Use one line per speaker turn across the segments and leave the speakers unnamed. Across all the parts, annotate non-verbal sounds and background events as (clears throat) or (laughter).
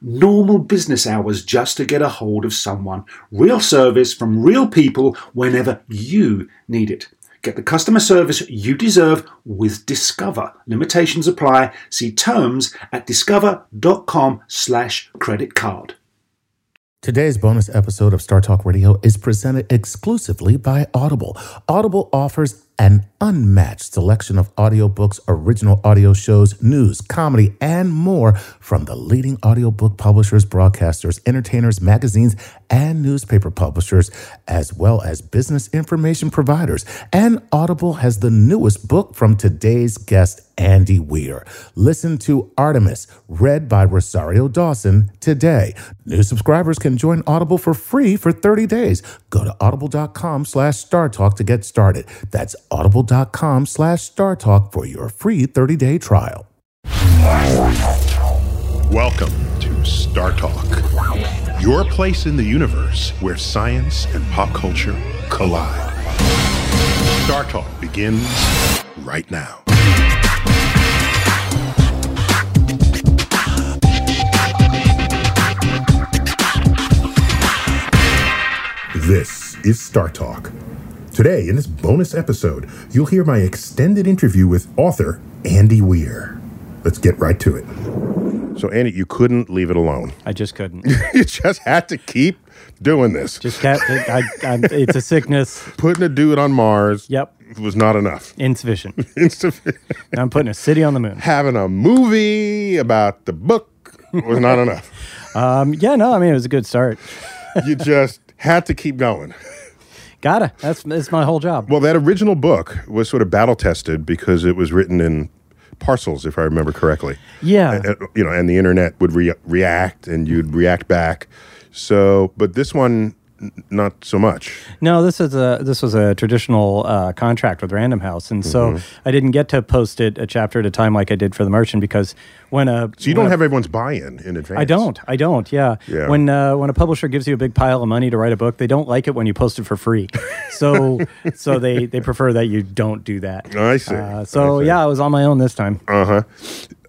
normal business hours just to get a hold of someone. Real service from real people whenever you need it. Get the customer service you deserve with Discover. Limitations apply. See terms at discover.com slash credit card.
Today's bonus episode of Star Talk Radio is presented exclusively by Audible. Audible offers an unmatched selection of audiobooks, original audio shows, news, comedy, and more from the leading audiobook publishers, broadcasters, entertainers, magazines, and newspaper publishers, as well as business information providers. And Audible has the newest book from today's guest, Andy Weir. Listen to Artemis, read by Rosario Dawson today. New subscribers can join Audible for free for 30 days. Go to audible.com slash startalk to get started. That's audible.com slash startalk for your free 30-day trial.
Welcome to Star Talk, your place in the universe where science and pop culture collide. Star Talk begins right now.
This is Star Talk. Today, in this bonus episode, you'll hear my extended interview with author Andy Weir. Let's get right to it.
So, Andy, you couldn't leave it alone.
I just couldn't.
(laughs) you just had to keep doing this.
Just kept. I, I, it's a sickness.
Putting a dude on Mars
Yep.
was not (laughs) enough.
Insufficient.
Insufficient.
I'm putting a city on the moon.
Having a movie about the book was not enough.
Um, yeah, no, I mean it was a good start.
(laughs) You just had to keep going.
Gotta. That's that's my whole job.
Well, that original book was sort of battle tested because it was written in parcels, if I remember correctly.
Yeah.
and, you know, and the internet would re- react, and you'd react back. So, but this one, n- not so much.
No, this is a this was a traditional uh, contract with Random House, and so
Mm-hmm.
I didn't get to post it a chapter at a time like I did for the Merchant because when a
So you don't have everyone's buy-in in advance.
I don't. I don't. Yeah.
Yeah.
When uh, when a publisher gives you a big pile of money to write a book, they don't like it when you post it for
(laughs)
free. So so they they prefer that you don't do that.
I see.
Uh, so
I see.
yeah, I was on my own this time. Uh,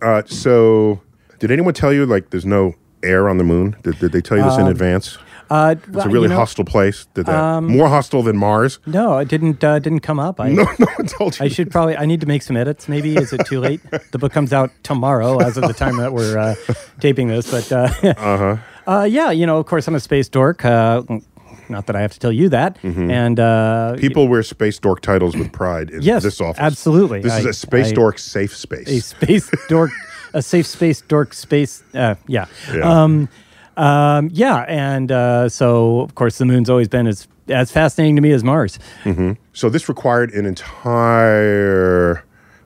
Uh, so, did anyone tell you like there's no air on the moon? Did, did they tell you this in advance?
Um, Uh, um,
It's a really hostile place. Did that more hostile than Mars? (laughs)
No, it didn't uh, didn't come up. I
No, no one told you.
I should probably I need to make some edits. Maybe is it too
(laughs)
late? the book comes out tomorrow, as of the time that we're uh, taping this. But uh, (laughs) uh-huh. yeah, you know, of course, I'm a space dork. Uh, not that I have to tell you that.
Mm-hmm.
And uh,
People wear space dork titles with pride in
Yes,
this office.
absolutely.
This is
I-
a space
I-
dork safe space.
a space (laughs) dork, a safe space dork space. Uh, yeah.
Yeah.
Um, um, yeah, and uh, so of course the moon's always been as as fascinating to me as Mars.
Hmm. Mm-hmm. So this required an entire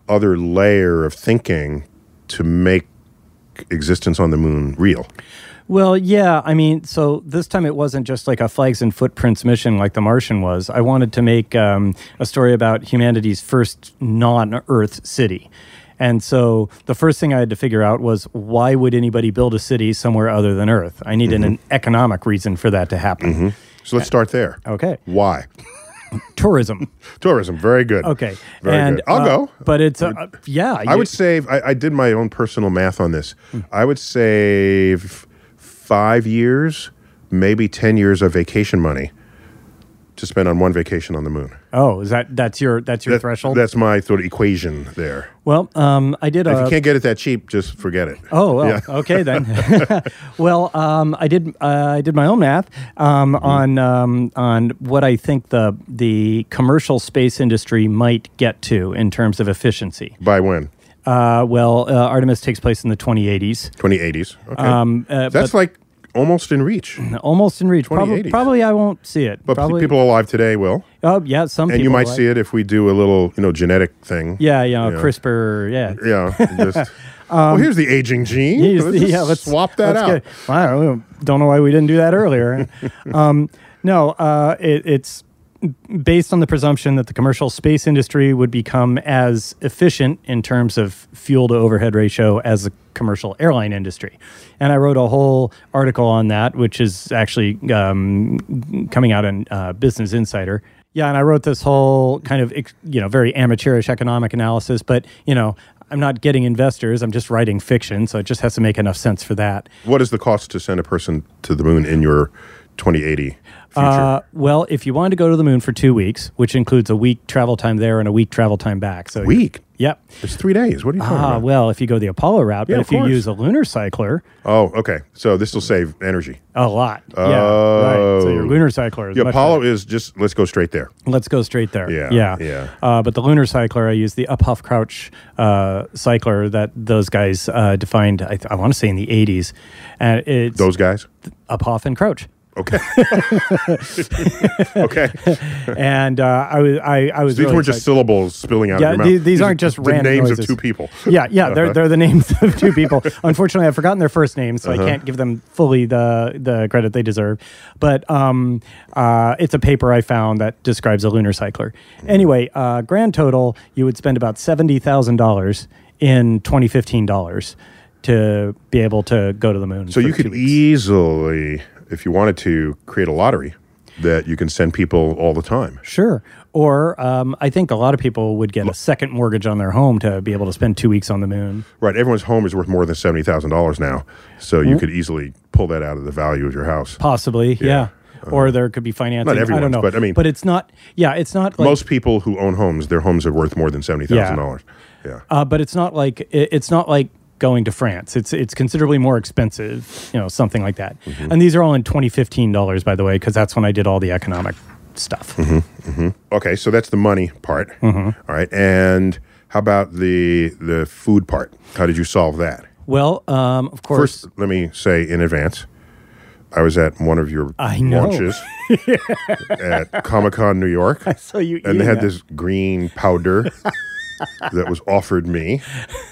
other layer of thinking to make existence on the moon real.
Well, yeah. I mean, so this time it wasn't just like a flags and footprints mission like The Martian was. I wanted to make um, a story about humanity's first non Earth city. And so the first thing I had to figure out was why would anybody build a city somewhere other than Earth? I needed an economic reason for that to happen.
So let's start there.
Okay.
Why?
Tourism.
Tourism, very good.
Okay.
Very
and
good. I'll
uh,
go.
But it's, uh, yeah. Hmm.
I
you-
would save, I, I did my own personal math on this. I would save five years, maybe 10 years of vacation money to spend on one vacation on the moon.
Oh, is that that's your that's your
That-
threshold?
That's my sort of equation there.
well, um, I did.
if you
A,
can't get it that cheap, just forget it.
oh, well,
Yeah.
(laughs) okay
(laughs)
then. well, um, I did. Uh, I did my own math um,
Mm-hmm.
on um, on what I think the the commercial space industry might get to in terms of efficiency.
By when?
Uh, well, uh, Artemis takes place in the 2080s.
2080s. Okay.
Um, uh,
That's like almost in reach.
Almost in reach. Prob-
2080s.
probably I won't see it.
But pe-
probably,
people alive today will.
Oh yeah, some
And
people
you might
like-
see it if we do a little, you know, genetic thing.
Yeah, you know,
Yeah.
CRISPR. Yeah.
(laughs) Yeah.
(laughs)
Just, well, here's the aging gene.
Um, Yeah,
let's just swap that
let's
out.
get- I don't, don't know why we didn't do that
(laughs)
earlier. um, no, uh, it, it's based on the presumption that the commercial space industry would become as efficient in terms of fuel to overhead ratio as the commercial airline industry. And I wrote a whole article on that, which is actually um, coming out in uh, Business Insider. Yeah, and I wrote this whole kind of ex- you know very amateurish economic analysis, but you know I'm not getting investors. I'm just writing fiction, so it just has to make enough sense for that.
What is the cost to send a person to the moon in your 2080 future?
Uh, well, if you wanted to go to the moon for two weeks, which includes a week travel time there and a week travel time back, so
Week?
Yep.
It's three days. What are you talking
Ah,
about?
well, if you go the Apollo route,
Yeah,
but
of
if you
course.
use a lunar cycler,
Oh, okay. So this will save energy.
a lot. yeah, right. So your
Oh.
lunar cycler. Is
The
much
Apollo is just let's go straight there.
Let's go straight there.
Yeah,
yeah,
yeah.
Uh, but the lunar cycler, I use the Uphoff Crouch uh, cycler that those guys uh, defined. I, th- I want to say in the '80s, and it's
Those guys.
Uphoff and Crouch. (laughs)
Okay. okay.
and uh, I was, I, I was.
These
really
weren't just
excited.
syllables spilling out
Yeah,
of your mouth.
these, these aren't
are
just
the
random
names
noises.
of two people. Uh-huh.
Yeah, yeah, they're, they're the names of two people. (laughs) Unfortunately, I've forgotten their first names, so
Uh-huh.
I can't give them fully the the credit they deserve. But um, uh, it's a paper I found that describes a lunar cycler.
Hmm.
Anyway, uh, grand total, you would spend about seventy thousand dollars in twenty fifteen dollars to be able to go to the moon.
So
for
you
two
could
weeks.
easily, if you wanted to, create a lottery that you can send people all the time.
Sure. Or um, I think a lot of people would get a second mortgage on their home to be able to spend two weeks on the moon.
Right. Everyone's home is worth more than seventy thousand dollars now. So
Mm-hmm.
you could easily pull that out of the value of your house.
Possibly, yeah. Or there could be financing. I don't
Uh-huh. everyone's,
know,
but I mean-
but it's not. Yeah, it's not like.
Most people who own homes, their homes are worth more than seventy thousand dollars. Yeah.
uh, but it's not like it, it's not like going to France. It's it's considerably more expensive. You know, something like that.
Mm-hmm.
And these are all in twenty fifteen dollars, by the way, because that's when I did all the economic stuff.
Mm-hmm. Okay, so that's the money part.
Mm-hmm.
All right, and how about the the food part? How did you solve that?
Well, um, of course,
First, let me say in advance, I was at one of your
I know. (laughs)
launches at Comic Con New York,
so you
and they
eating
had
that.
this green
(laughs)
powder that was offered me.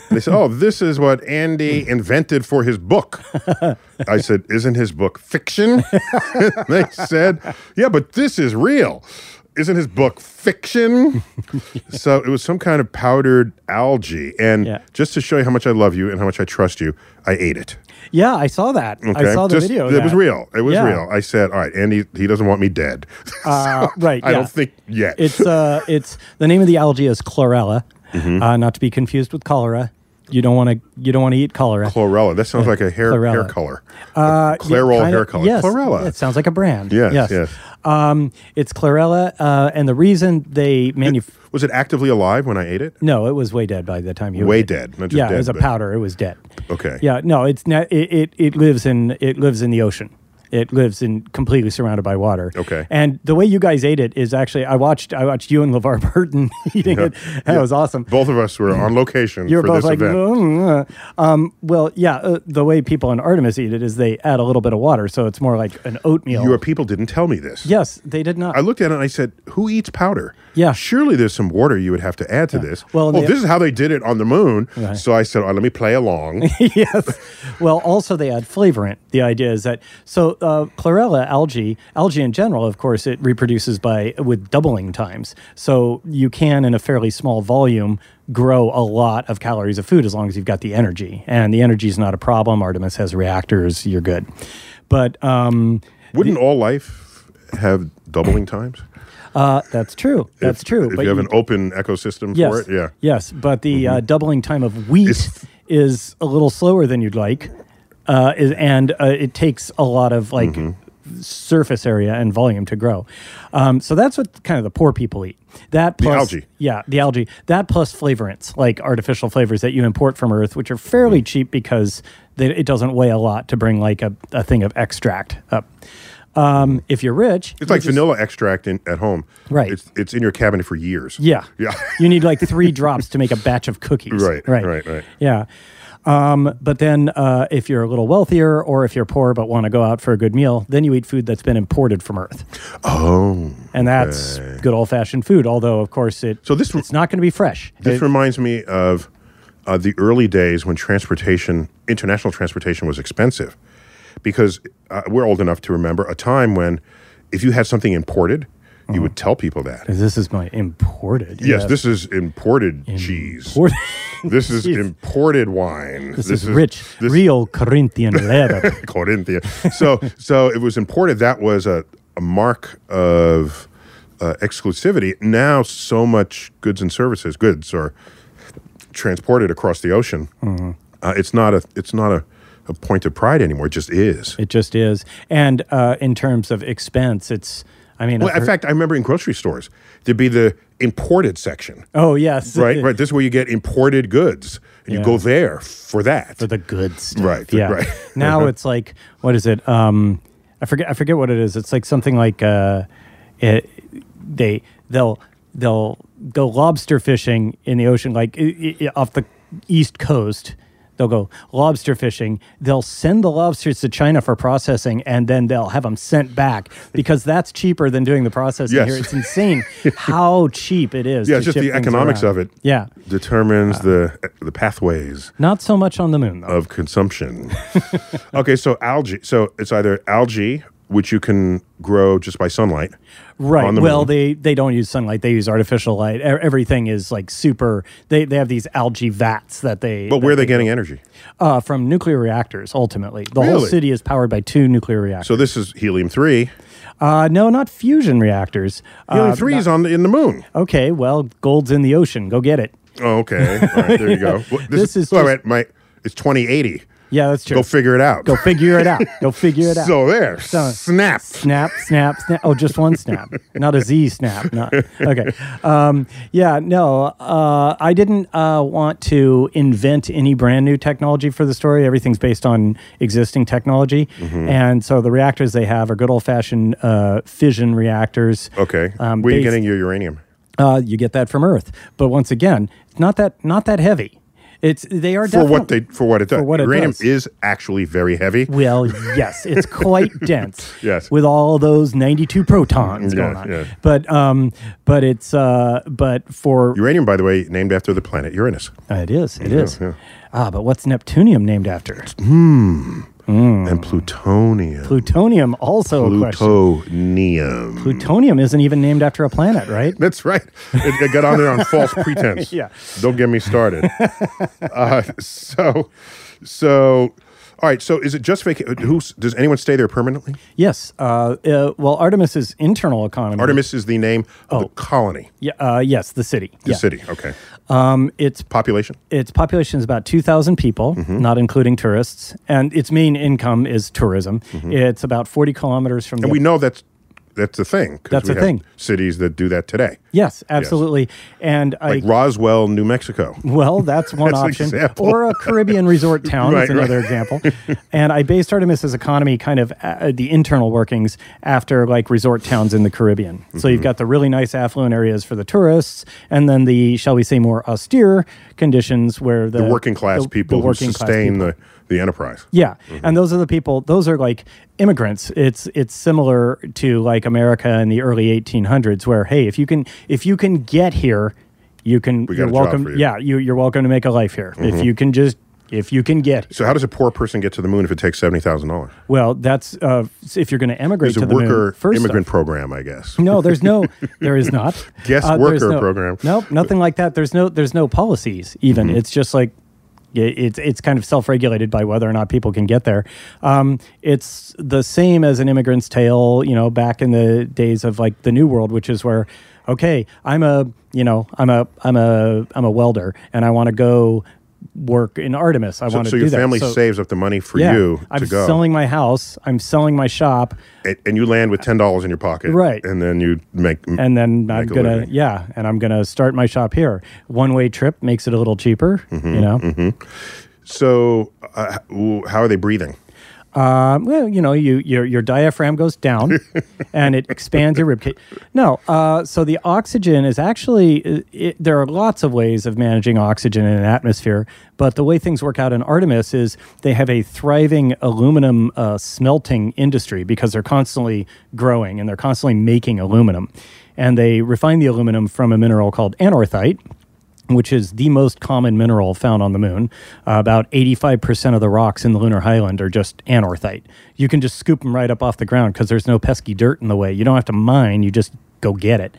And they said, "Oh, this is what Andy
Hmm.
invented for
(laughs)
his book." I said, "Isn't his book fiction?" they said, "Yeah, but this is real." Isn't his
(laughs)
book fiction? So it was some kind of powdered algae. And
Yeah.
just to show you how much I love you and how much I trust you, I ate it.
Yeah, I saw that. I
Okay?
saw the
Just-
video. of
It
that.
was real. It was
Yeah.
real. I said, all right, Andy, he doesn't want me dead.
Uh, right.
(laughs) I
yeah.
don't think yet.
(laughs) It's uh, it's the name of the algae is chlorella,
Mm-hmm.
uh, not to be confused with cholera. You don't want to you don't want to eat cholera.
(laughs) chlorella. That sounds like a hair,
chlorella.
hair color.
Uh, yeah,
Clairol
kinda-
hair color.
Yes,
Chlorella.
It sounds like a brand.
Yes, yes.
Um, it's chlorella, uh, and the reason they manu-
Was it actively alive when I ate it?
no, it was way dead by the time you
Way
ate it.
dead, not just
yeah,
dead,
it was a
but-
powder. It was dead.
Okay.
Yeah, no, it's not. It, it it lives in it lives in the ocean. It lives in completely surrounded by water.
Okay.
And the way you guys ate it is actually I watched I watched you and LeVar (laughs) Burton eating it. That was awesome.
Both of us were on location
You're
for
both
this
like,
event.
"Mm, uh." um, well, yeah. Uh, the way people in Artemis eat it is they add a little bit of water, so it's more like an oatmeal.
Your people didn't tell me this.
yes, they did not.
I looked at it and I said, "Who eats powder?
Yeah.
surely there's some water you would have to add to this."
Well,
oh,
they-
this is how they did it on the moon.
Right.
So I said, "All right, "Let me play
(laughs)
along."
(laughs) yes. Well, also they add flavorant. The idea is that so uh, chlorella algae, algae in general, of course, it reproduces by with doubling times. So you can, in a fairly small volume, grow a lot of calories of food as long as you've got the energy. And the energy is not a problem. Artemis has reactors. You're good. But um,
Wouldn't all life have doubling times?
uh, that's true. That's
If-
true.
If you have an open ecosystem
yes,
for it, yeah. Mm-hmm.
yes. But the uh, doubling time of wheat
It's- Mm-hmm.
is a little slower than you'd like, uh, is, and uh, it takes a lot of like surface area and volume to grow. Um, so that's what kind of the poor people eat. That
The
plus
algae.
yeah, the algae. That plus flavorants, like artificial flavors that you import from Earth, which are
Mm.
fairly cheap because they, it doesn't weigh a lot to bring like a, a thing of extract up. Um, if you're rich,
It's like vanilla extract in, at home.
Right.
It's, it's in your cabinet for years.
yeah,
Yeah.
you need like three (laughs) drops to make a batch of cookies.
Right,
right,
right, right.
Yeah. Um, but then, uh, if you're a little wealthier, or if you're poor but want to go out for a good meal, then you eat food that's been imported from Earth,
Oh.
and that's good old fashioned food. Although, of course, it
So this-
it's not going to be fresh.
This reminds me of uh, the early days when transportation, international transportation, was expensive, because uh, we're old enough to remember a time when, if you had something imported,
Uh-huh.
you would tell people that.
This is my imported.
Yes, this is imported
(laughs)
cheese.
Import-
This is imported wine.
This, is, rich, real
(laughs)
Corinthian leather.
Corinthia. So, (laughs) so it was imported. That was a, a mark of uh, exclusivity. Now, so much goods and services, goods are transported across the ocean.
Mm-hmm.
Uh, it's not a, it's not a, a point of pride anymore. It just is.
it just is. And uh, in terms of expense, it's. I mean,
Well,
I've
in
heard-
fact, I remember in grocery stores there'd be the
(laughs)
imported section.
oh yes,
Right, right. This is where you get imported goods, and you
Yeah.
go there for that.
for the good stuff.
Right,
Yeah.
right.
(laughs)
(laughs)
now it's like what is it? Um, I forget. I forget what it is. It's like something like uh, it, they they'll they'll go lobster fishing in the ocean, like i- i- off the east coast. They'll go lobster fishing. They'll send the lobsters to China for processing, and then they'll have them sent back because that's cheaper than doing the processing
Yes.
here. It's
(laughs)
insane how cheap it is.
yeah,
to
it's just
ship
the
things
economics
around.
of it
Yeah,
determines
Uh.
the the pathways
not so much on the moon though. (laughs)
of consumption. okay, so algae. So it's either algae, which you can grow just by sunlight.
Right.
on the
well,
moon.
they they don't use sunlight. They use artificial light. E- Everything is like super. They they have these algae vats that they.
But
that
where are they getting energy?
uh, from nuclear reactors? Ultimately, the whole
Really?
city is powered by two nuclear reactors.
So this is helium three.
uh, no, not fusion reactors. Uh,
Helium three is on the, in the moon.
okay, well, gold's in the ocean. Go get it.
Oh, okay, All right, there
(laughs)
you go. Well,
This is
well,
just-
wait, my it's twenty eighty.
Yeah, that's true.
Go figure it out.
Go figure it out. Go figure
(laughs)
it out.
So there, snap.
snap, snap, snap. Oh, just one snap, not a Z snap. Not okay. Um, yeah, no, uh, I didn't uh, want to invent any brand new technology for the story. Everything's based on existing technology,
Mm-hmm.
and so the reactors they have are good old fashioned uh, fission reactors.
Okay,
um,
where are you
based-
getting your uranium?
Uh, you get that from Earth, but once again, it's not that not that heavy. It's they are
For what
definitely-
they for what it does.
For what it
uranium
does.
is actually very heavy.
Well, yes,
(laughs)
it's quite dense.
Yes. Mm,
with all those ninety-two protons going
Yeah,
on.
yeah.
But um, but it's uh, but for
Uranium, by the way, named after the planet Uranus.
uh, it is it is ah, but what's neptunium named after? Mm.
And plutonium.
Plutonium also a question.
plutonium.
Plutonium isn't even named after a planet, right?
(laughs) That's right. It, it got on there on
(laughs)
false pretense.
Yeah.
Don't get
(laughs)
me started. uh, so, so, all right. So, is it just vacation? Who's does anyone stay there permanently?
yes. Uh, uh, well, Artemis's internal economy.
Artemis is the name of the colony,
Yeah, uh, yes, the city.
the
Oh. yeah.
city. Okay.
Um, it's
Population.
its population is about 2,000 people,
Mm-hmm.
not including tourists, and its main income is tourism. It's about 40 kilometers from
Mm-hmm. And
the
we know that's that's a thing. 'cause
That's
we
a
have
thing.
Cities that do that today,
Yes, absolutely. And I,
like Roswell, New Mexico.
(laughs) well, that's one
That's an
option.
example.
Or a Caribbean
(laughs)
resort town
Right,
is another
(laughs)
example. And I based Artemis's economy kind of uh, the internal workings after like resort towns in the Caribbean. So
Mm-hmm.
you've got the really nice affluent areas for the tourists, and then the shall we say more austere conditions where the,
The working class
the- the
people who
working class
sustain
people.
the the enterprise.
Yeah,
Mm-hmm.
and those are the people. Those are like immigrants. It's it's similar to like America in the early 1800s, where hey, if you can if you can get here, you can.
We got
you're
a job
welcome.
for you. Mm-hmm.
Yeah, you you're welcome to make a life here if you can just if you can get.
So, how does a poor person get to the moon if it takes seventy thousand dollars?
Well, that's uh, if you're going to emigrate
There's
to
a
the moon,
worker
first off.
immigrant program, I guess.
No, there's no, there is not.
(laughs)
Uh,
Guest
there's
worker
no-
program. Mm-hmm.
Nope, nothing like that. There's no, there's no policies. Even it's just like, yeah, it's it's kind of self-regulated by whether or not people can get there. Um, it's the same as an immigrant's tale, you know, back in the days of like the New World, which is where, okay, I'm a, you know, I'm a, I'm a, I'm a welder, and I want to go work in Artemis. I
So,
wanted to
so your
do that.
family
So-
saves up the money for
yeah,
you
I'm
to go,
selling my house. I'm selling my shop,
and, and you land with ten dollars in your pocket,
Right.
And then you make
and then I'm
a
gonna
living.
yeah, and I'm gonna start my shop here. One way trip makes it a little cheaper,
Mm-hmm,
you know.
so uh, h- how are they breathing?
Um, well, you know, you your your diaphragm goes down,
(laughs)
and it expands your ribcage. No, uh, so the oxygen is actually i it, there are lots of ways of managing oxygen in an atmosphere, but the way things work out in Artemis is they have a thriving aluminum uh, smelting industry because they're constantly growing and they're constantly making aluminum, and they refine the aluminum from a mineral called anorthite which is the most common mineral found on the moon. Uh, about 85% of the rocks in the lunar highland are just anorthite. You can just scoop them right up off the ground because there's no pesky dirt in the way. You don't have to mine, you just go get it.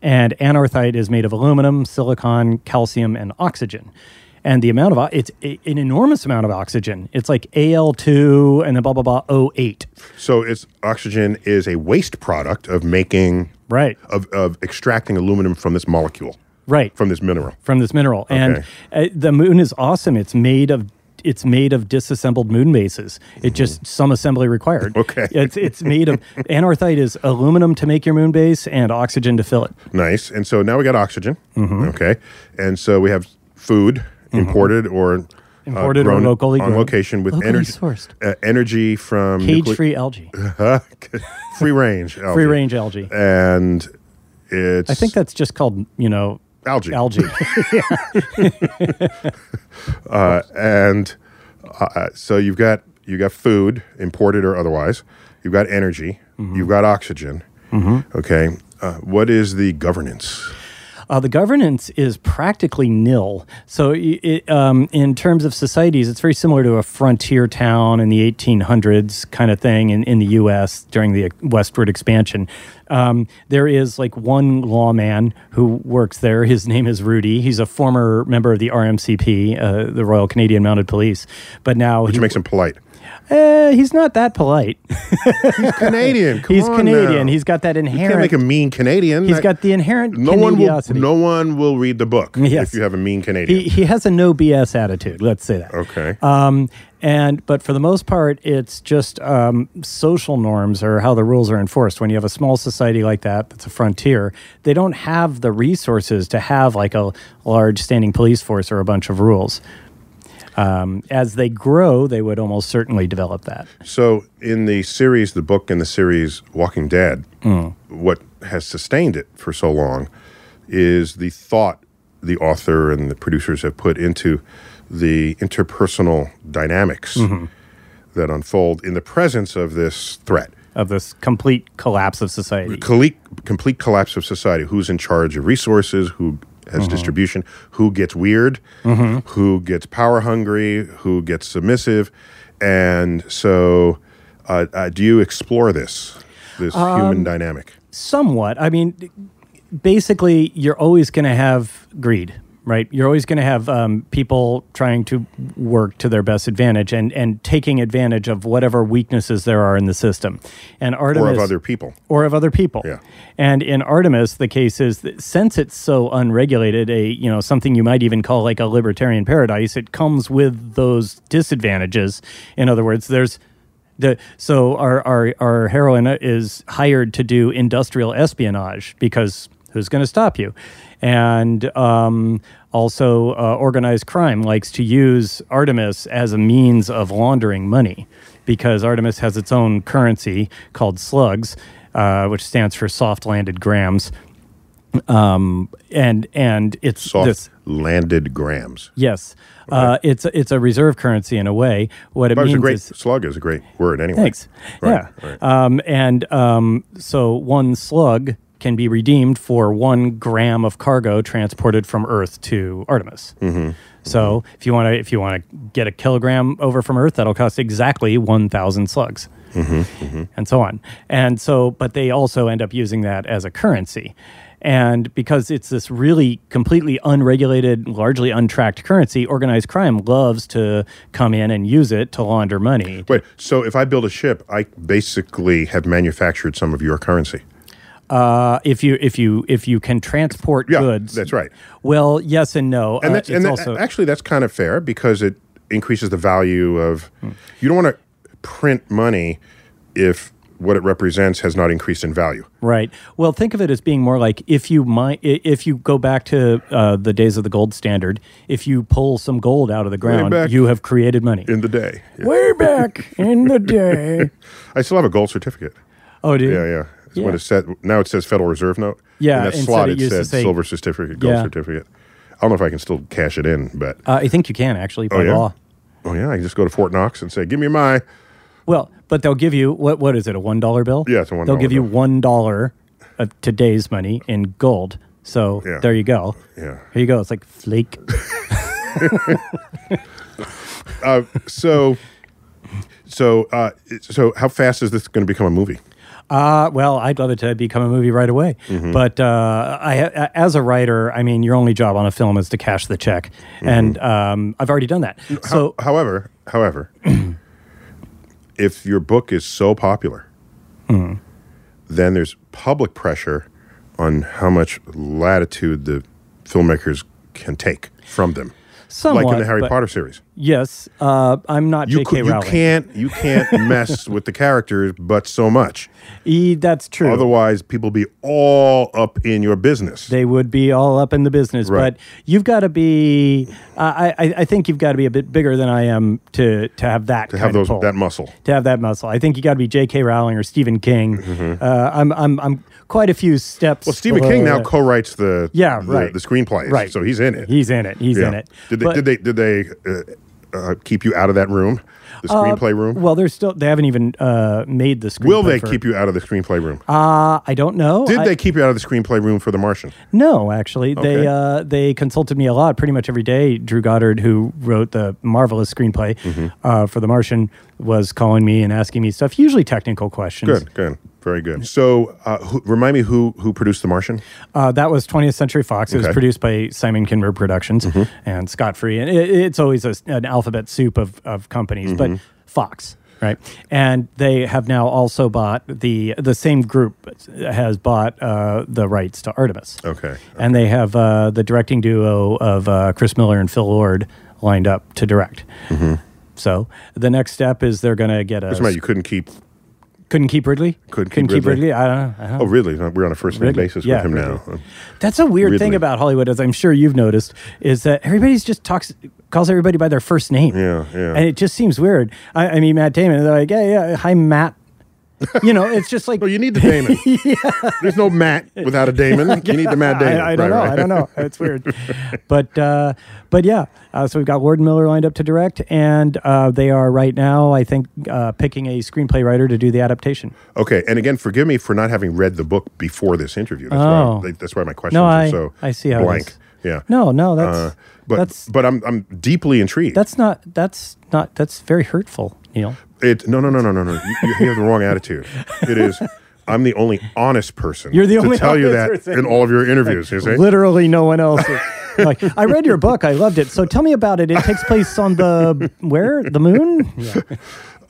And anorthite is made of aluminum, silicon, calcium, and oxygen. And the amount of o- it's a, an enormous amount of oxygen. It's like Al2 and then blah blah blah 08.
So it's oxygen is a waste product of making
Right.
of of extracting aluminum from this molecule,
Right.
from this mineral.
from this mineral. And uh, the moon is awesome. It's made of it's made of disassembled moon bases. It just some assembly required.
Mm-hmm. Okay.
(laughs) It's it's made
(laughs)
of anorthite is aluminum to make your moon base and oxygen to fill it.
Nice. And so now we got oxygen.
Mm-hmm.
Okay. And so we have food imported or uh,
Imported or
grown
locally
on
grown.
location with
Locally
energy
sourced.
Uh, energy from
Cage
nucle-
free algae.
(laughs) free range algae.
Free range algae.
and it's
I think that's just called, you know,
algae (laughs)
algae.
uh, and uh, so you've got you got food imported or otherwise you've got energy you've got oxygen okay uh, what is the governance
Uh, the governance is practically nil. So, i it, um, in terms of societies, it's very similar to a frontier town in the 1800s kind of thing in, in the U.S. during the westward expansion. Um, there is like one lawman who works there. His name is Rudy. He's a former member of the RMCP, uh, the Royal Canadian Mounted Police. But now
which
he,
makes him polite
eh, he's not that polite.
(laughs) canadian
(laughs)
come
he's
on
Canadian.
now.
He's got that
you can't
inherent.
make a mean canadian
he's
I-
got the inherent
no one will
Canadiosity.
no one will read the book
Yes.
if you have a mean canadian
he, he has a no BS attitude. Let's say that.
okay
Um, and but for the most part, it's just um, social norms or how the rules are enforced. When you have a small society like that, that's a frontier. They don't have the resources to have like a large standing police force or a bunch of rules. Um, as they grow, they would almost certainly develop that.
So, in the series, the book and the series Walking Dead, what has sustained it for so long is the thought the author and the producers have put into the interpersonal dynamics that unfold in the presence of this threat.
Of this complete collapse of society,
Complete, complete collapse of society. Who's in charge of resources? Who has distribution? Who gets weird? Who gets power hungry? Who gets submissive? And so, uh, uh, do you explore this this human dynamic?
somewhat. I mean, basically, you're always going to have greed, right? You're always going to have um, people trying to work to their best advantage and and taking advantage of whatever weaknesses there are in the system. And Artemis
Or of other people.
or of other people.
Yeah.
And in Artemis, the case is that since it's so unregulated, a you know something you might even call like a libertarian paradise, it comes with those disadvantages. In other words, there's the so our our our heroine is hired to do industrial espionage because who's going to stop you? And um, also, uh, organized crime likes to use Artemis as a means of laundering money because Artemis has its own currency called slugs, uh, which stands for soft landed grams. Um, and and it's
Soft
this
landed grams.
yes, uh, it's it's a reserve currency in a way. What it
That was
means
a great
is
slug. Is a great word anyway.
Thanks.
Right,
yeah.
right.
Um, and um, so one slug can be redeemed for one gram of cargo transported from Earth to Artemis.
Mm-hmm.
So if you want to, if you want to get a kilogram over from Earth, that'll cost exactly one thousand slugs,
Mm-hmm.
and so on. And so, but they also end up using that as a currency. And because it's this really completely unregulated, largely untracked currency, organized crime loves to come in and use it to launder money.
Wait. So, if I build a ship, I basically have manufactured some of your currency.
Uh, if you if you if you can transport
Yeah,
goods,
that's right.
Well, yes and no.
and
Uh,
that's
it's
and that-
also
actually that's kind of fair because it increases the value of you don't want to print money if what it represents has not increased in value
Right. Well, think of it as being more like if you mi- i- if you go back to uh, the days of the gold standard, if you pull some gold out of the ground,
back.
you have created money.
in the day.
(laughs)
Yeah.
Way back in the day.
I still have a gold certificate.
(laughs) Oh, dude.
Yeah, yeah. It's When
Yeah.
it said now it says Federal Reserve note.
Yeah,
in that
instead
slot
it
it,
used to
said
say-
silver certificate, gold
Yeah.
certificate. I don't know if I can still cash it in, but
Uh, I think you can actually by
oh yeah,
law.
oh yeah. I can just go to Fort Knox and say, "Give me my."
Well, but they'll give you what? What is it? A one dollar bill?
Yeah, it's a $1
They'll give you
bill.
one dollar of today's money in gold. So
Yeah.
there you go.
Yeah.
Here you go. It's like flake.
uh, So, (laughs) so, uh, so, how fast is this going to become a movie?
Uh, well, I'd love it to become a movie right away.
Mm-hmm.
But uh, I, as a writer, I mean, your only job on a film is to cash the check,
Mm-hmm.
and um, I've already done that. So
However, however, (clears throat) if your book is so popular,
Hmm.
then there's public pressure on how much latitude the filmmakers can take from them.
somewhat,
like in the Harry
but-
Potter series.
Yes, uh, I'm not
You,
J.K.
cou- you
Rowling.
can't
(laughs)
you can't mess with the characters but so much.
E, that's true.
Otherwise, people be all up in your business.
they would be all up in the business.
Right.
But you've got to be. I, I, I think you've got to be a bit bigger than I am to to have that
to have
kind of
those
pull.
that muscle.
to have that muscle. I think you got to be J.K. Rowling or Stephen King. Uh, I'm I'm I'm quite a few steps.
Mm-hmm. Well, Stephen
below
King now
that.
co-writes the
Yeah,
the,
right.
the screenplays,
Right.
So he's in it.
He's in it. He's
Yeah.
in it.
Did they
But,
did they did they uh, uh, keep you out of that room, the screenplay room?
Uh, Well, they're still. They haven't even uh, made the screenplay.
Will they
for-
keep you out of the screenplay room?
Uh, I don't know.
did
I-
they keep you out of the screenplay room for The Martian?
No, actually,
Okay.
they uh, they consulted me a lot, pretty much every day. Drew Goddard, who wrote the marvelous screenplay
Mm-hmm.
uh, for The Martian, was calling me and asking me stuff, usually technical questions.
Good, good, very good. So uh, who, remind me who who produced The Martian?
Uh, that was 20th Century Fox. It
Okay. Mm-hmm.
was produced by Simon Kinberg Productions and Scott Free, and it, it's always a s an alphabet soup of of companies, but
Mm-hmm.
Fox. Right, and they have now also bought the the same group has bought uh, the rights to Artemis.
Okay.
and they have uh, the directing duo of uh, Chris Miller and Phil Lord lined up to direct.
Mm-hmm.
So the next step is they're going to get a
That's right. You couldn't keep.
couldn't keep Ridley.
Couldn't keep Ridley.
Ridley. I don't know. I don't know.
Oh, really? We're on a first name
Ridley.
basis
Yeah,
with him
Ridley.
now.
That's a weird
Ridley.
thing about Hollywood, as I'm sure you've noticed, is that everybody's just talks calls everybody by their first name.
Yeah, yeah.
And it just seems weird. I, I mean, Matt Damon, they're like, yeah, yeah, hi, Matt. (laughs) You know, it's just like
Well, you need
(laughs)
the Damon. There's no Matt without a Damon. You need the Matt Damon.
I, I don't know.
Right, right.
I don't know. It's weird, but uh, but yeah. Uh, so we've got Warden Miller lined up to direct, and uh, they are right now, I think, uh, picking a screenplay writer to do the adaptation.
(laughs) Okay, and again, forgive me for not having read the book before this interview. That's,
Oh.
why, that's why my questions
No,
are
I-
so
I see how it
blank.
is.
Yeah.
No, no, that's
Uh, but
that's
but I'm I'm deeply intrigued.
that's not that's not that's very hurtful, Neil.
it. No no no no no no. You, you have the wrong attitude. It is. I'm the only honest person.
You're the
to
only
tell you that
honest person.
in all of your interviews. You see?
Literally, no one
(laughs)
else. is- like, I read your book. I loved it. So tell me about it. It takes place on the where the moon. Yeah.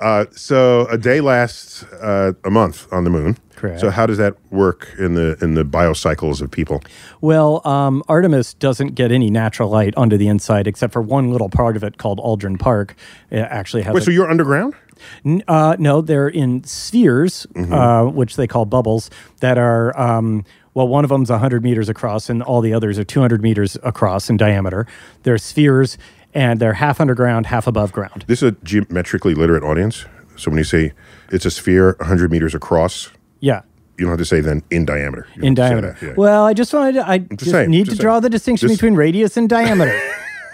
Uh, so a day lasts uh, a month on the moon.
Correct.
So how does that work in the in the biocycles of people?
Well, um, Artemis doesn't get any natural light onto the inside except for one little part of it called Aldrin Park. It actually has.
Wait,
a-
so you're underground?
N- uh, no, they're in spheres,
Mm-hmm.
uh, which they call bubbles, that are, um, well, one of them's 100 meters across and all the others are 200 meters across in diameter. They're spheres and they're half underground, half above ground.
This is a geometrically literate audience. So when you say it's a sphere 100 meters across,
Yeah.
you don't have to say then in diameter. You
In
don't have to say
diameter.
that, yeah.
Well, I just wanted to, I just,
saying,
need
just
to draw
saying.
the distinction
Just-
between radius and
(laughs)
diameter.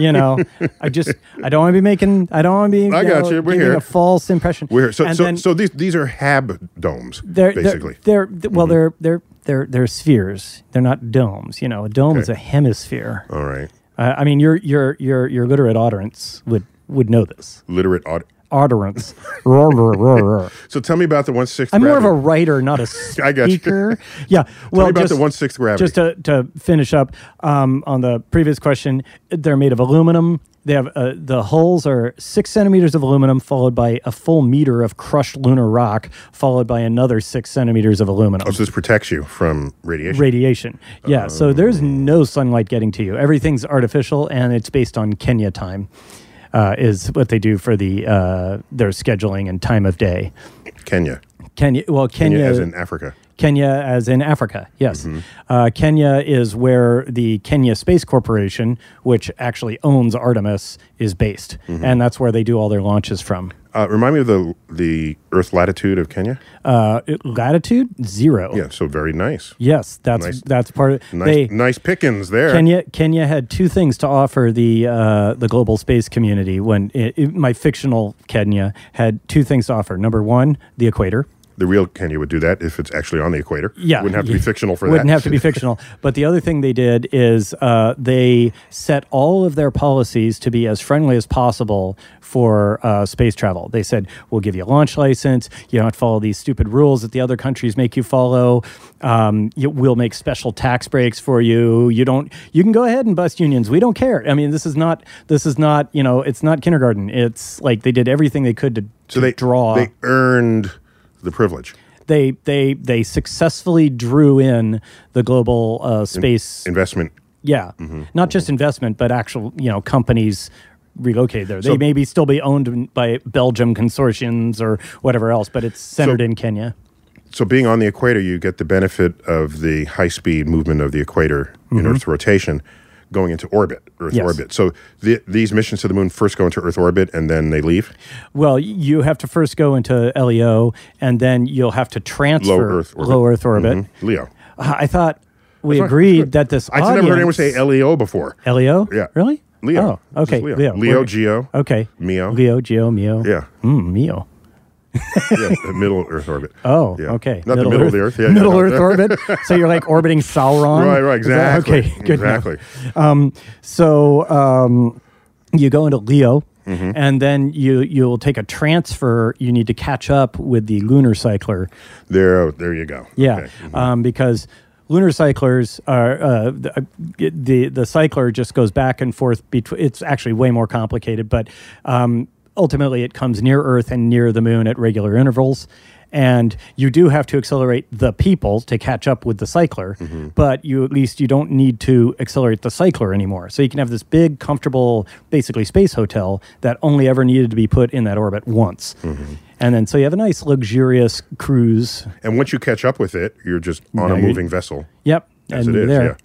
you know, I just, I don't want to be making, I don't want to be,
I got
know,
you. We're
giving
here.
a false impression.
We're here. So,
And
so,
then-
so these these are hab domes,
they're, they're-
basically. Mm-hmm.
They're, th- well, they're they're they're they're spheres. They're not domes. You know, a dome is a hemisphere.
All right.
Uh, I mean, your your your your literate audience would would know this.
Literate aud-
Audience. (laughs) Roar, roar, roar, roar.
So tell me about the one sixth.
I'm more of a writer, not a speaker.
(laughs) I got you.
Yeah. Well,
about
just,
the one-sixth gravity.
Just to, to finish up um, on the previous question, they're made of aluminum. They have uh, the hulls are six centimeters of aluminum, followed by a full meter of crushed lunar rock, followed by another six centimeters of aluminum.
Oh, so this protects you from radiation.
Radiation. Yeah. so
Oh.
there's no sunlight getting to you. Everything's artificial, and it's based on Kenya time. Uh, is what they do for the uh, their scheduling and time of day.
Kenya.
Kenya, well, Kenya,
Kenya as in Africa.
Kenya as in Africa. Yes,
Mm-hmm.
uh, Kenya is where the Kenya Space Corporation, which actually owns Artemis, is based,
Mm-hmm.
and that's where they do all their launches from.
Uh, remind me of the the Earth latitude of Kenya.
Uh, it- latitude zero.
Yeah, so very nice.
Yes, that's
Nice.
that's part of
Nice,
they.
nice pickings there.
Kenya Kenya had two things to offer the uh, the global space community when it, it- my fictional Kenya had two things to offer. Number one, the equator.
The real Kenya would do that if it's actually on the equator.
Yeah,
wouldn't have to be fictional for
wouldn't
that.
have to be
(laughs)
fictional. But the other thing they did is uh, they set all of their policies to be as friendly as possible for uh, space travel. They said, "We'll give you a launch license. You don't have to follow these stupid rules that the other countries make you follow. Um, you, we'll make special tax breaks for you. You don't. You can go ahead and bust unions. We don't care. I mean, this is not. This is not. You know, it's not kindergarten. It's like they did everything they could to."
so
to
they
draw
They earned the privilege.
they they they successfully drew in the global uh, space.
Investment.
yeah,
mm-hmm,
not just investment, but actual you know companies relocated there. They maybe still be owned by Belgium consortiums or whatever else, but it's centered
So-
in Kenya.
So being on the equator, you get the benefit of the high speed movement of the equator in Earth's rotation, going into orbit, Earth
Mm-hmm. Yes.
orbit. So the, these missions to the moon first go into Earth orbit and then they leave.
Well, you have to first go into LEO, and then you'll have to transfer
Earth orbit.
low Earth orbit.
Mhm. Leo.
I I thought we
That's right.
agreed that this
I've
audience,
never heard anyone say LEO before.
LEO.
E Yeah.
really?
Leo.
Oh, okay.
Just Leo.
Leo.
Leo, E
We're- (laughs)
Geo.
Okay.
Mio.
Leo. Geo. Mio.
Yeah.
Mm, Mio.
yeah, the middle Earth orbit.
Oh,
Yeah.
okay.
Not the middle of the Earth. Yeah, yeah,
middle
no.
Earth orbit. So you're like orbiting Sauron.
Right, right,
Is that-
exactly.
okay, good. enough.
Exactly.
So um, you go into Leo,
Mm-hmm.
and then you you'll take a transfer. You need to catch up with the lunar cycler.
There, oh, there you go.
Yeah,
Okay.
um, because lunar cyclers are uh, the, the the cycler just goes back and forth between. It's actually way more complicated, but um, ultimately it comes near Earth and near the Moon at regular intervals. And you do have to accelerate the people to catch up with the cycler, but you at least you don't need to accelerate the cycler anymore. So you can have this big, comfortable, basically space hotel that only ever needed to be put in that orbit once, and then so you have a nice, luxurious cruise
And once you catch up with it, you're just on a
Now you-
moving vessel.
Yep.
As
and
it
you're
is,
there.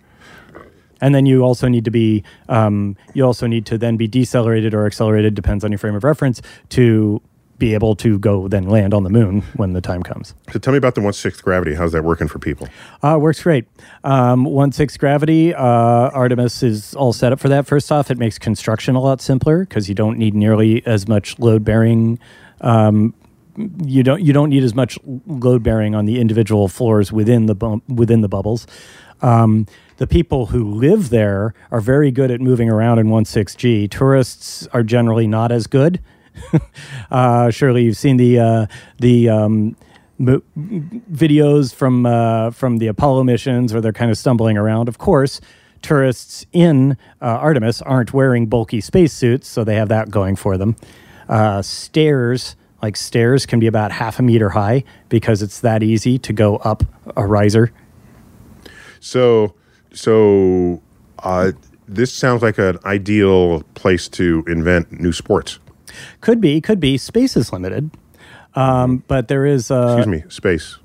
yeah.
And then you also need to be, um, you also need to then be decelerated or accelerated, depends on your frame of reference, to be able to go then land on the moon when the time comes.
So tell me about the one sixth gravity. How's that working for people?
Uh, works great. Um, one six gravity. Uh, Artemis is all set up for that. First off, it makes construction a lot simpler because you don't need nearly as much load bearing. Um, you don't you don't need as much load bearing on the individual floors within the bump, within the bubbles. Um, the people who live there are very good at moving around in one six G. Tourists are generally not as good. (laughs) uh, surely you've seen the uh, the um, mo- videos from uh, from the Apollo missions where they're kind of stumbling around. Of course, tourists in uh, Artemis aren't wearing bulky spacesuits, so they have that going for them. Uh, stairs, like stairs, can be about half a meter high because it's that easy to go up a riser.
So, so uh, this sounds like an ideal place to invent new sports.
Could be, could be. Space is limited, um, but there is uh,
Excuse me, space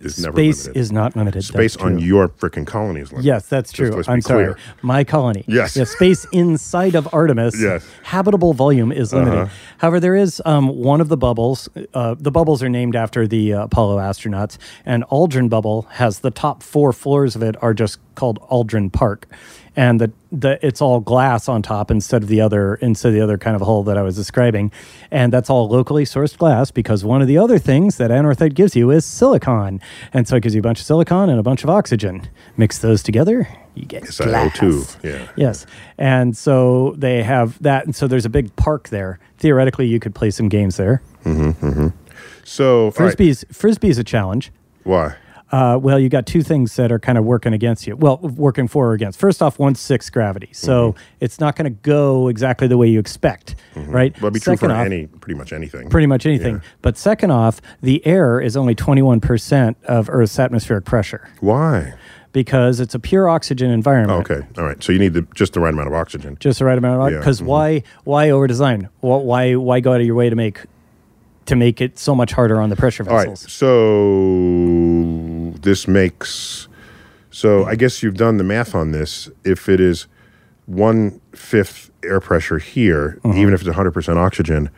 is never
space
limited.
is not limited. That's
space on
true.
your freaking colony is limited.
Yes, that's
Just
true.
let's be
I'm sorry.
clear.
My colony.
Yes.
The space inside of Artemis.
Yes.
Habitable volume is limited. However, there is um, one of the bubbles. Uh, the bubbles are named after the uh, Apollo astronauts, and Aldrin Bubble has the top four floors of it are just called Aldrin Park, and the, the it's all glass on top instead of the other instead of the other kind of hull that I was describing, and that's all locally sourced glass because one of the other things that anorthite gives you is silicon, and so it gives you a bunch of silicon and a bunch of oxygen. Mix those together, you get glass.
SiO2. Yeah.
Yes. And so they have that. And so there's a big park there. Theoretically, you could play some games there.
So all right,
Frisbee's, Frisbee's a challenge.
why?
Uh, well, you got two things that are kind of working against you. Well, working for or against. First off, one's six gravity, so
Mm-hmm.
it's not going to go exactly the way you expect, right?
That'd Mm-hmm. be true
Second
for
off-
any, pretty much anything.
pretty much anything. But second off, the air is only 21% of Earth's atmospheric pressure
Why?
because it's a pure oxygen environment.
Okay. All right. So you need the, just the right amount of oxygen.
Just the right amount of
Yeah,
because
mhm.
why why overdesign? Wh- Why why go out of your way to make to make it so much harder on the pressure
All right.
vessels?
So this makes. So I guess you've done the math on this. If it is one fifth air pressure here,
Mm-hmm.
even if it's 100% oxygen,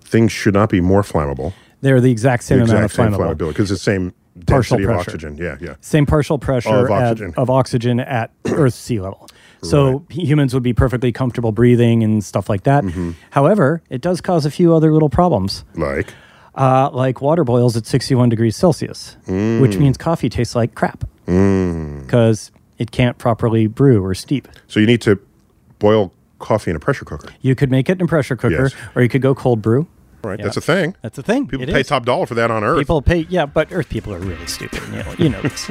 things should not be more flammable.
They're the exact same
The
amount of
exact same
flammable.
flammability because it's the same
Partial
density of
pressure.
oxygen. Yeah. Yeah.
Same partial pressure
Of
at-
oxygen.
of oxygen
(coughs)
at Earth's sea level. So humans would be perfectly comfortable breathing and stuff like that.
Mm-hmm.
However, it does cause a few other little problems.
Like.
uh, like water boils at 61 degrees Celsius,
Mm.
which means coffee tastes like crap because it can't properly brew or steep.
So you need to boil coffee in a pressure cooker.
You could make it in a pressure cooker,
Yes.
or you could go cold brew.
Right. That's a thing.
That's the thing.
People
It
pay
is.
top dollar for that on Earth.
People pay, yeah, but Earth people are really stupid. You know, you know
(laughs)
this.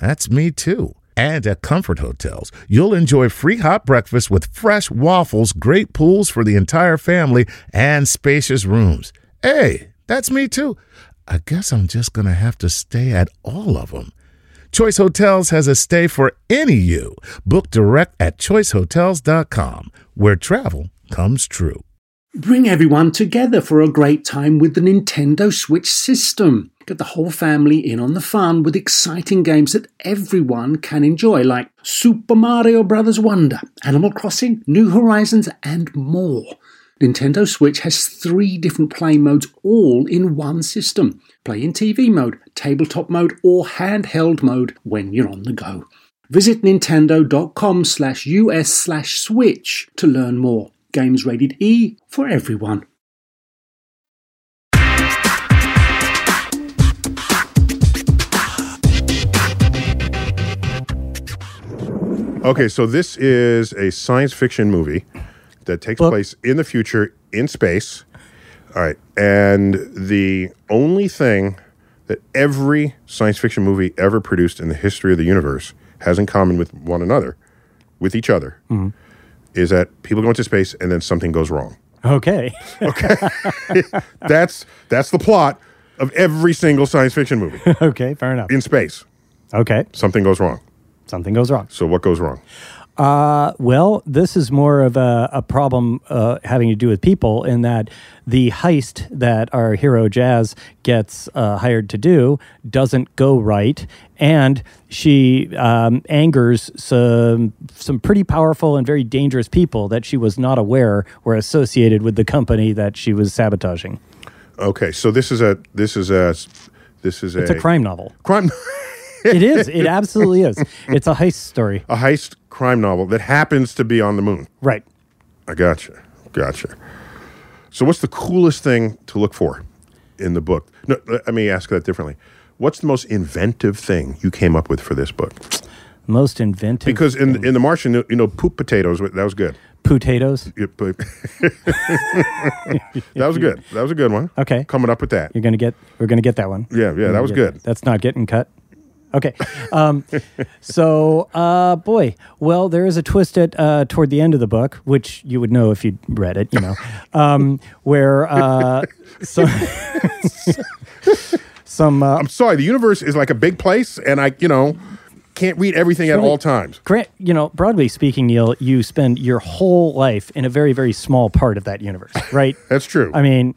That's me too. And at Comfort Hotels, you'll enjoy free hot breakfast with fresh waffles, great pools for the entire family, and spacious rooms. Hey, that's me too. I guess I'm just going to have to stay at all of them. Choice Hotels has a stay for any you. Book direct at choicehotels.com, where travel comes true.
Bring everyone together for a great time with the Nintendo Switch system. Get the whole family in on the fun with exciting games that everyone can enjoy, like Super Mario Bros. Wonder, Animal Crossing, New Horizons, and more. Nintendo Switch has three different play modes all in one system play in TV mode, tabletop mode, or handheld mode when you're on the go. Visit nintendo.com slash us slash switch to learn more. Games rated E for everyone.
Okay, so this is a science fiction movie that takes
Well-
place in the future in space. All right, and the only thing that every science fiction movie ever produced in the history of the universe has in common with one another, with each other,
Mm-hmm.
is that people go into space and then something goes wrong.
Okay. (laughs)
That's that's the plot of every single science fiction movie
okay. Fair enough.
in space.
Okay.
Something goes wrong.
Something goes wrong.
So what goes wrong?
Uh, well, this is more of a, a problem uh, having to do with people in that the heist that our hero Jazz gets uh, hired to do doesn't go right, and she um, angers some some pretty powerful and very dangerous people that she was not aware were associated with the company that she was sabotaging.
Okay, so this is a this is a this is
It's a crime novel.
crime
It is. It absolutely is. It's a heist story.
a heist crime novel that happens to be on the moon.
Right.
I gotcha. Gotcha. So, what's the coolest thing to look for in the book? No, let me ask that differently. What's the most inventive thing you came up with for this book?
Most inventive.
Because in in The Martian, you know, poop potatoes. That was good.
potatoes.
You (laughs) put- that was good. That was a good one.
Okay.
Coming up with that.
You're gonna get. We're gonna get that one.
Yeah, yeah, that was
Yeah,
good.
That's not getting cut. Okay.
(laughs)
Um, so, uh, boy, well, there is a twist at uh, toward the end of the book, which you would know if you'd read it,
(laughs)
you know, um, where uh, some. (laughs) Some uh,
I'm sorry, the universe is like a big place, and I, you know, can't read everything at
Really?
all times.
Grant, you know, broadly speaking, Neil, you spend your whole life in a very, very small part of that universe, right?
(laughs) That's true.
I mean,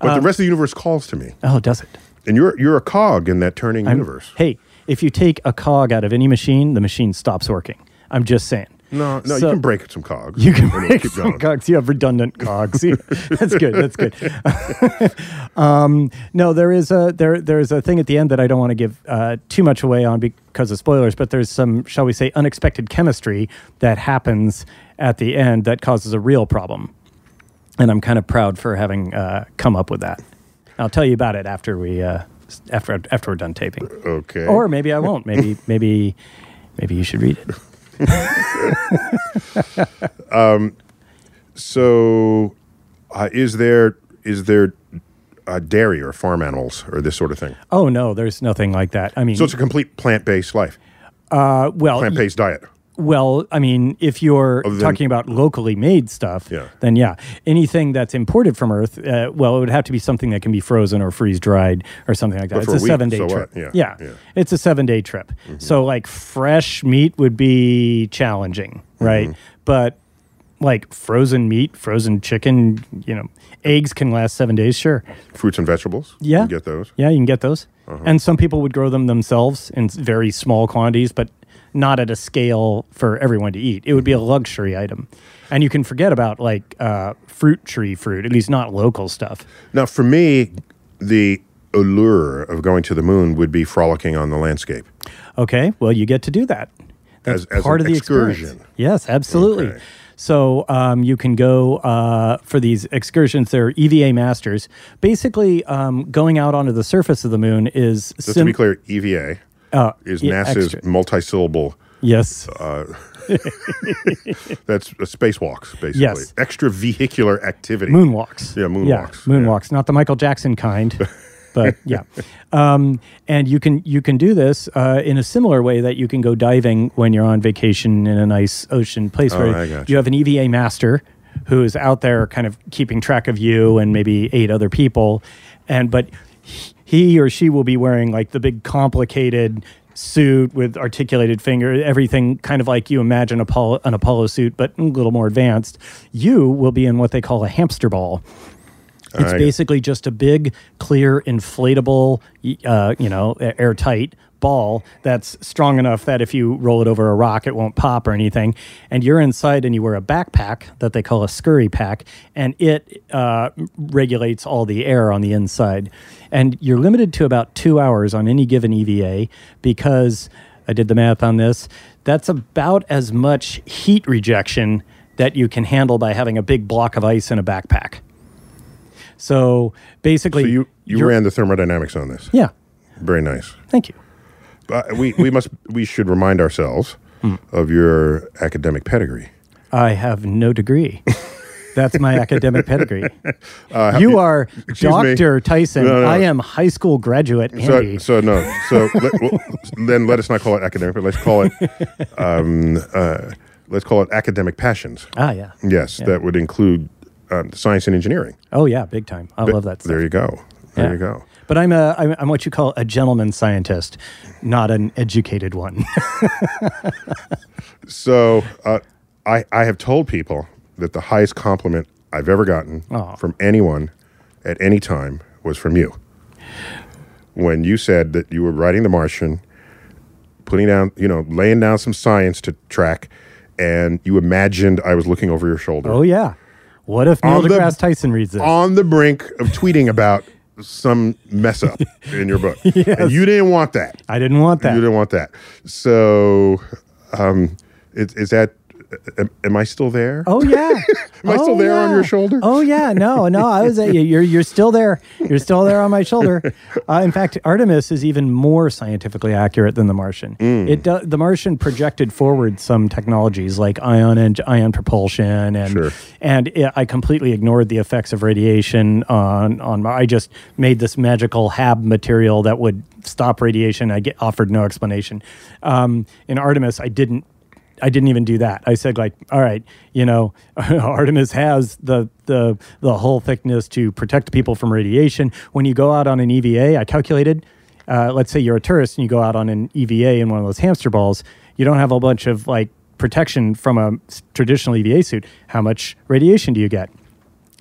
um,
but the rest of the universe calls to me,
oh, does it?
and you're you're a cog in that turning universe.
Hey, if you take a cog out of any machine, the machine stops working. I'm just saying.
No,
So-
no, you can break some cogs.
(laughs) You can
Anyway,
break
keep
some
going.
cogs. You have redundant cogs. (laughs) Yeah, that's good. That's good. (laughs) um, no, there is a there there is a thing at the end that I don't want to give uh, too much away on because of spoilers. But there's some, shall we say, unexpected chemistry that happens at the end that causes a real problem, and I'm kind of proud for having uh, come up with that. I'll tell you about it after we uh, s- after after we're done taping,
Okay.
or maybe I won't.
(laughs)
Maybe maybe maybe you should read it.
so, uh, is there is there uh, dairy or farm animals or this sort of thing?
Oh no, there's nothing like that. I mean,
So it's a complete plant based life,
uh, well,
plant based diet.
Well, I mean, if you're
Other than-
talking about locally made stuff,
Yeah.
then yeah, anything that's imported from Earth, uh, well, it would have to be something that can be frozen or freeze dried or something like that.
But
It's
for
a,
a week,
seven day
so
trip.
what? Yeah, yeah. Mm-hmm.
it's a seven day trip. So like fresh meat would be challenging,
Mm-hmm.
right? But like frozen meat, frozen chicken, you know, eggs can last seven days. Sure,
Fruits and vegetables.
Yeah.
You get those.
yeah, you can get those.
Uh-huh.
And some people would grow them themselves in s- very small quantities, but not at a scale for everyone to eat. It would be a luxury item. And you can forget about like uh, fruit tree fruit, at least not local stuff.
Now, for me, the allure of going to the moon would be frolicking on the landscape.
Okay, well, you get to do that. That's
As- as
part
an
of the
excursion.
Experience. Yes, absolutely.
Okay.
So um, you can go uh, for these excursions. They're EVA masters. Basically, um, going out onto the surface of the moon is
Just to be clear, EVA
uh,
is
yeah,
NASA's
extra-
multi-syllable.
Yes.
That's uh, spacewalks, basically.
Yes.
Extravehicular activity.
Moonwalks.
Yeah, moonwalks, yeah.
moonwalks. Not the Michael Jackson kind,
(laughs)
but yeah. Um, and you can you can do this uh, in a similar way that you can go diving when you're on vacation in a nice ocean place where
Oh, I gotcha.
you have an EVA master who is out there kind of keeping track of you and maybe eight other people, and but he- he or she will be wearing like the big complicated suit with articulated finger everything kind of like you imagine Apollo, an apollo suit but a little more advanced you will be in what they call a hamster ball it's
Alright.
basically just a big, clear, inflatable, y- uh, you know, a- airtight ball that's strong enough that if you roll it over a rock, it won't pop or anything. And you're inside and you wear a backpack that they call a scurry pack, and it uh, regulates all the air on the inside. And you're limited to about two hours on any given EVA because I did the math on this. That's about as much heat rejection that you can handle by having a big block of ice in a backpack. So basically,
So you, you
you're-
ran the thermodynamics on this.
Yeah,
Very nice.
thank you.
Uh, we, we must we should remind ourselves
Hmm.
of your academic pedigree.
I have no
(laughs)
degree. That's my academic pedigree. you are
Uh, excuse me.
Doctor Tyson.
No, no.
I am high school graduate
So,
Andy.
so no. So let, well, then let us not call it academic, but let's call
(laughs)
it um, uh, let's call it academic passions.
ah, yeah.
Yes, that would include um, science and engineering.
Oh, yeah, big time. I love that stuff.
There you go. There
Yeah.
you go.
But I'm a I'm, I'm what you call a gentleman scientist, not an educated one. (laughs)
So uh, I I have told people that the highest compliment I've ever gotten
Aw.
from anyone at any time was from you. When you said that you were writing The Martian, putting down, you know, laying down some science to track, and you imagined I was looking over your shoulder
oh yeah. What if Neil
On the-
deGrasse Tyson reads this?
on the brink of tweeting about some
(laughs)
mess up in your book. And you didn't want that.
I didn't want that.
You didn't want that. So, um, is, is that am, am I still there?
Oh yeah.
(laughs) Am I still
Oh,
there on
yeah.
your shoulder?
Oh yeah. No, no. I was. At, you're you're still there. You're still there on my
(laughs)
shoulder. Uh, in fact, Artemis is even more scientifically accurate than the Martian.
Mm.
It do, the Martian projected forward some technologies like ion and ion propulsion, and
Sure.
and i I completely ignored the effects of radiation on on. my- I just made this magical hab material that would stop radiation. I get offered no explanation. Um, in Artemis, I didn't I didn't even do that. I said like, all right, you know, (laughs) Artemis has the the the hull thickness to protect people from radiation. When you go out on an EVA, I calculated. Uh, let's say you're a tourist and you go out on an EVA in one of those hamster balls. You don't have a bunch of like protection from a s- traditional EVA suit. How much radiation do you get?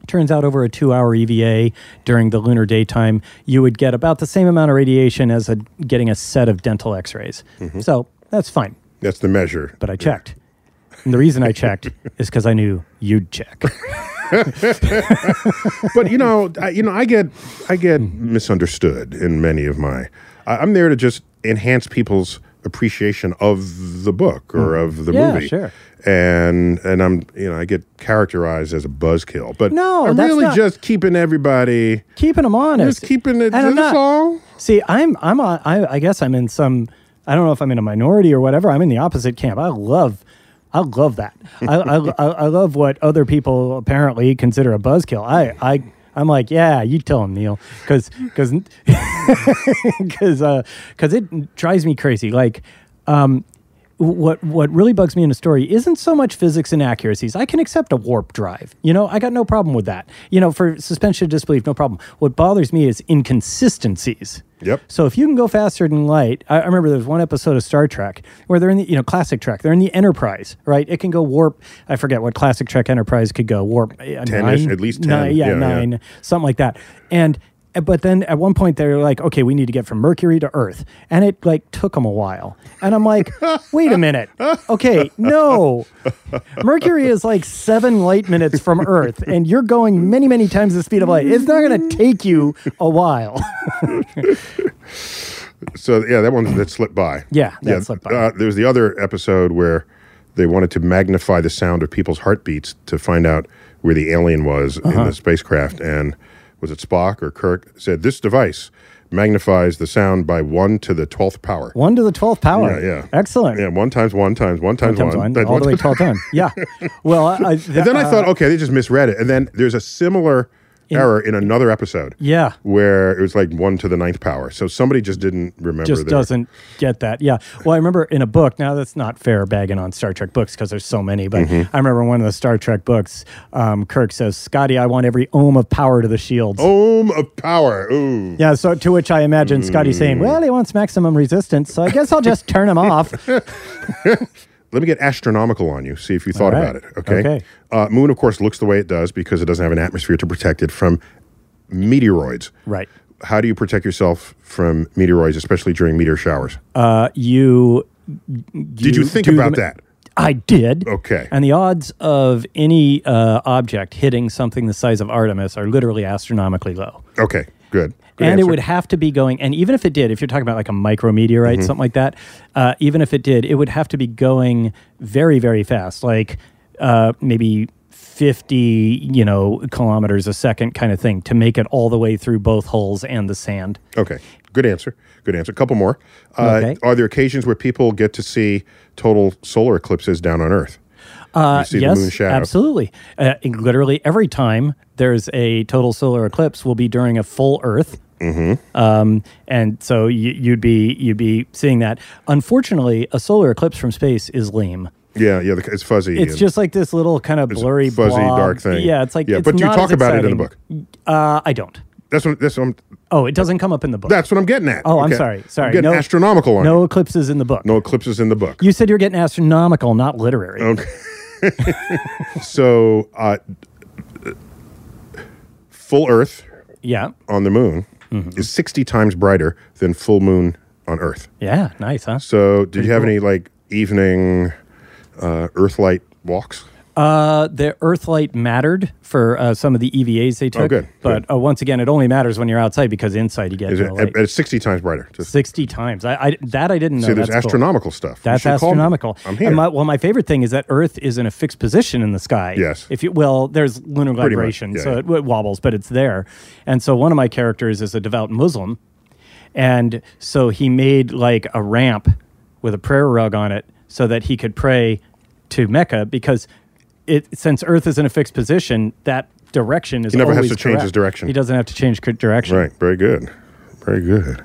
Turns out over a two hour EVA during the lunar daytime, you would get about the same amount of radiation as a, getting a set of dental x rays. So that's fine
That's the measure.
but I checked. And the reason I checked is because I knew you'd check.
but you know, (laughs) I, you know, I get I get misunderstood in many of my. I, I'm there to just enhance people's appreciation of the book or of the
Mm. Yeah,
movie.
sure.
And and I'm you know I get characterized as a buzzkill, but
No,
I'm
that's
really
not-
just keeping everybody
Keeping them honest.
just keeping it.
And I'm
That's
not-
all.
See, I'm I'm a, I, I guess I'm in some I don't know if I'm in a minority or whatever. I'm in the opposite camp. I love I love that. I, I,
(laughs)
I, I love what other people apparently consider a buzzkill. I I I'm like, yeah, you tell him, Neil, because because (laughs) because uh, it drives me crazy. Like, um, what what really bugs me in a story isn't so much physics inaccuracies. I can accept a warp drive. You know, I got no problem with that. You know, for suspension of disbelief, no problem. What bothers me is inconsistencies.
Yep.
So if you can go faster than light, I, I remember there's one episode of Star Trek where they're in the you know classic Trek, they're in the Enterprise, right? It can go warp. I forget what classic Trek Enterprise could go warp. uh,
10-ish,
nine?
at least
Nine,
10.
yeah,
Yeah, yeah.
nine something like that. And but then at one point they're like, okay, we need to get from Mercury to Earth, and it like took them a while. And I'm
(laughs)
like, wait a minute, okay, no, Mercury is like seven light minutes from Earth, and you're going many many times the speed of light. It's not going to take you a while. (laughs)
So yeah, that one that slipped by.
Yeah, that slipped by.
Uh, there was the other episode where they wanted to magnify the sound of people's heartbeats to find out where the alien was
Uh-huh.
in the spacecraft, and was it Spock or Kirk said this device magnifies the sound by one to the twelfth power.
one to the twelfth power.
Yeah, yeah.
excellent.
Yeah, one times one times one times
Times one,
times
all the way
times-
twelve times.
(laughs)
Yeah. Well, I, uh, I,
And then I thought, okay, they just misread it. And then there's a similar error in another episode.
Yeah.
Where it was like one to the ninth power. So somebody just didn't remember.
just
their-
doesn't get that. Yeah. Well, I remember in a book. Now that's not fair bagging on Star Trek books because there's so many. But
Mm-hmm.
I remember one of the Star Trek books. Um, Kirk says, "Scotty, I want every ohm of power to the shields."
Ohm of power. Ooh.
Yeah. So to which I imagine Scotty
Mm.
saying, "Well, he wants maximum resistance, so I guess I'll just turn him off."
(laughs) Let me get astronomical on you. See if you thought
All right.
about it. Okay.
Okay.
Uh, moon, of course, looks the way it does because it doesn't have an atmosphere to protect it from meteoroids.
right.
How do you protect yourself from meteoroids, especially during meteor showers?
Uh, you,
Did you think
do
about
the-
that?
I did.
Okay.
And the odds of any uh, object hitting something the size of Artemis are literally astronomically low.
Okay. Good. Good
and
answer.
it would have to be going, and even if it did, if you're talking about like a micrometeorite,
Mm-hmm.
something like that, uh, even if it did, it would have to be going very, very fast, like uh, maybe 50, you know, kilometers a second kind of thing to make it all the way through both hulls and the sand.
Okay. Good answer. Good answer. A couple more. Uh,
Okay.
Are there occasions where people get to see total solar eclipses down on Earth?
Uh,
see the
yes,
moon shadow.
absolutely. Uh, and literally every time there's a total solar eclipse, will be during a full Earth.
Mm-hmm.
Um, and so you, you'd be you'd be seeing that. Unfortunately, a solar eclipse from space is lame.
Yeah. Yeah. the- It's fuzzy.
It's
and-
just like this little kind of blurry,
fuzzy,
blob.
dark thing.
Yeah, it's like
Yeah,
it's
but you
not
talk
as
about it in the
exciting. Uh, I don't.
That's what. That's what I'm.
Oh, it doesn't come up in the book.
That's what I'm getting at.
oh, I'm
Okay.
sorry, sorry.
I'm getting
no,
astronomical on
No
you.
eclipses in the book.
No eclipses in the book.
You said you're getting astronomical, not literary.
So, uh, full Earth
Yeah,
on the moon
Mm-hmm.
is 60 times brighter than full moon on Earth.
yeah, nice, huh?
So, did you have any like evening uh, Earthlight walks?
Uh, the Earthlight mattered for uh, some of the EVAs they took.
Oh, good,
But Uh, once again, it only matters when you're outside because inside you get
Is it,
no light.
it's 60 times brighter. Just,
60 times. I, I That I didn't know.
see, there's
That's cool.
astronomical stuff. You
That's
should call me.
astronomical.
I'm here.
And my, well, my favorite thing is that Earth is in a fixed position in the sky.
Yes.
If you well, there's lunar
Pretty much,
vibration,
yeah,
so
yeah.
It, it wobbles, but it's there. And so one of my characters is a devout Muslim, and so he made like a ramp with a prayer rug on it so that he could pray to Mecca because it since Earth is in a fixed position that. Direction is
He never has
always
to change his
correct.
direction.
He doesn't have to change cor- direction.
Right. Very good. Very good.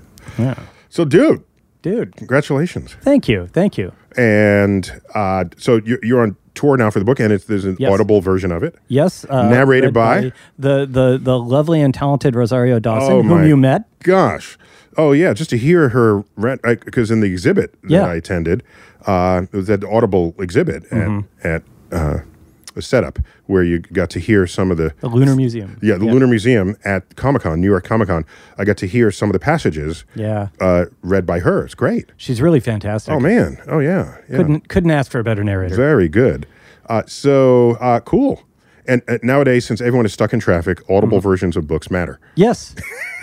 So, dude,
Dude,
congratulations.
thank you. Thank you.
And uh, so you- you're on tour now for the book, and it's, there's an
Yes.
audible version of it.
Yes. Uh,
Narrated
read
by?
the, the the lovely and talented Rosario Dawson,
Oh, my
whom you met.
Gosh. Oh, yeah. Just to hear her rent, because in the exhibit that
Yeah.
I attended, uh, it was that audible exhibit
Mm-hmm.
at, at uh, the setup where you got to hear some of the
The Lunar Museum.
Yeah, the Lunar Museum at Comic Con, New York Comic Con. I got to hear some of the passages
Yeah.
uh, read by her. It's great.
She's really fantastic.
Oh man. Oh yeah. yeah.
Couldn't couldn't ask for a better narrator.
Very good. Uh, so uh, cool. And uh, nowadays, since everyone is stuck in traffic, audible
Mm-hmm.
versions of books matter. (laughs)
yes.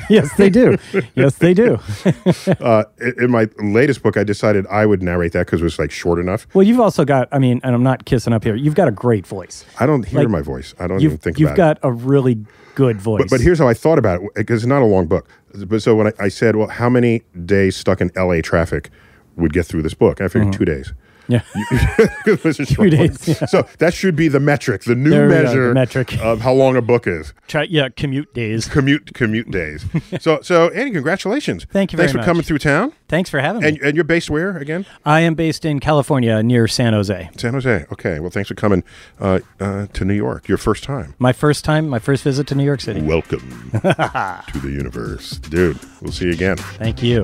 yes, they do. Yes, they do. (laughs)
Uh, in in my latest book, I decided I would narrate that because it was like short enough.
well, you've also got I mean, and I'm not kissing up here. You've got a great voice.
I don't hear
Like,
my voice. I don't even
You've,
think
you've
about it.
got a really good voice.
But, but here's how I thought about it because it's not a long book. But so when I, I said, well, how many days stuck in LA traffic would get through this book? I figured two days. (laughs)
Yeah.
It was a short book.
Uh-huh. days, yeah.
So that should be the metric, the new
There we go, the
measure
metric.
of how long a book is.
(laughs) Try, yeah, commute days.
Commute
(laughs)
commute days. so so Andy, congratulations.
Thank you
Thanks for
very
coming
much.
through town.
Thanks for having
And
me.
and you're based where again?
I am based in California near San Jose.
San Jose. Okay. Well, thanks for coming uh, uh, to New York. Your first time.
My first time, my first visit to New York City. (laughs)
Welcome to the universe, dude. We'll see you again.
Thank you.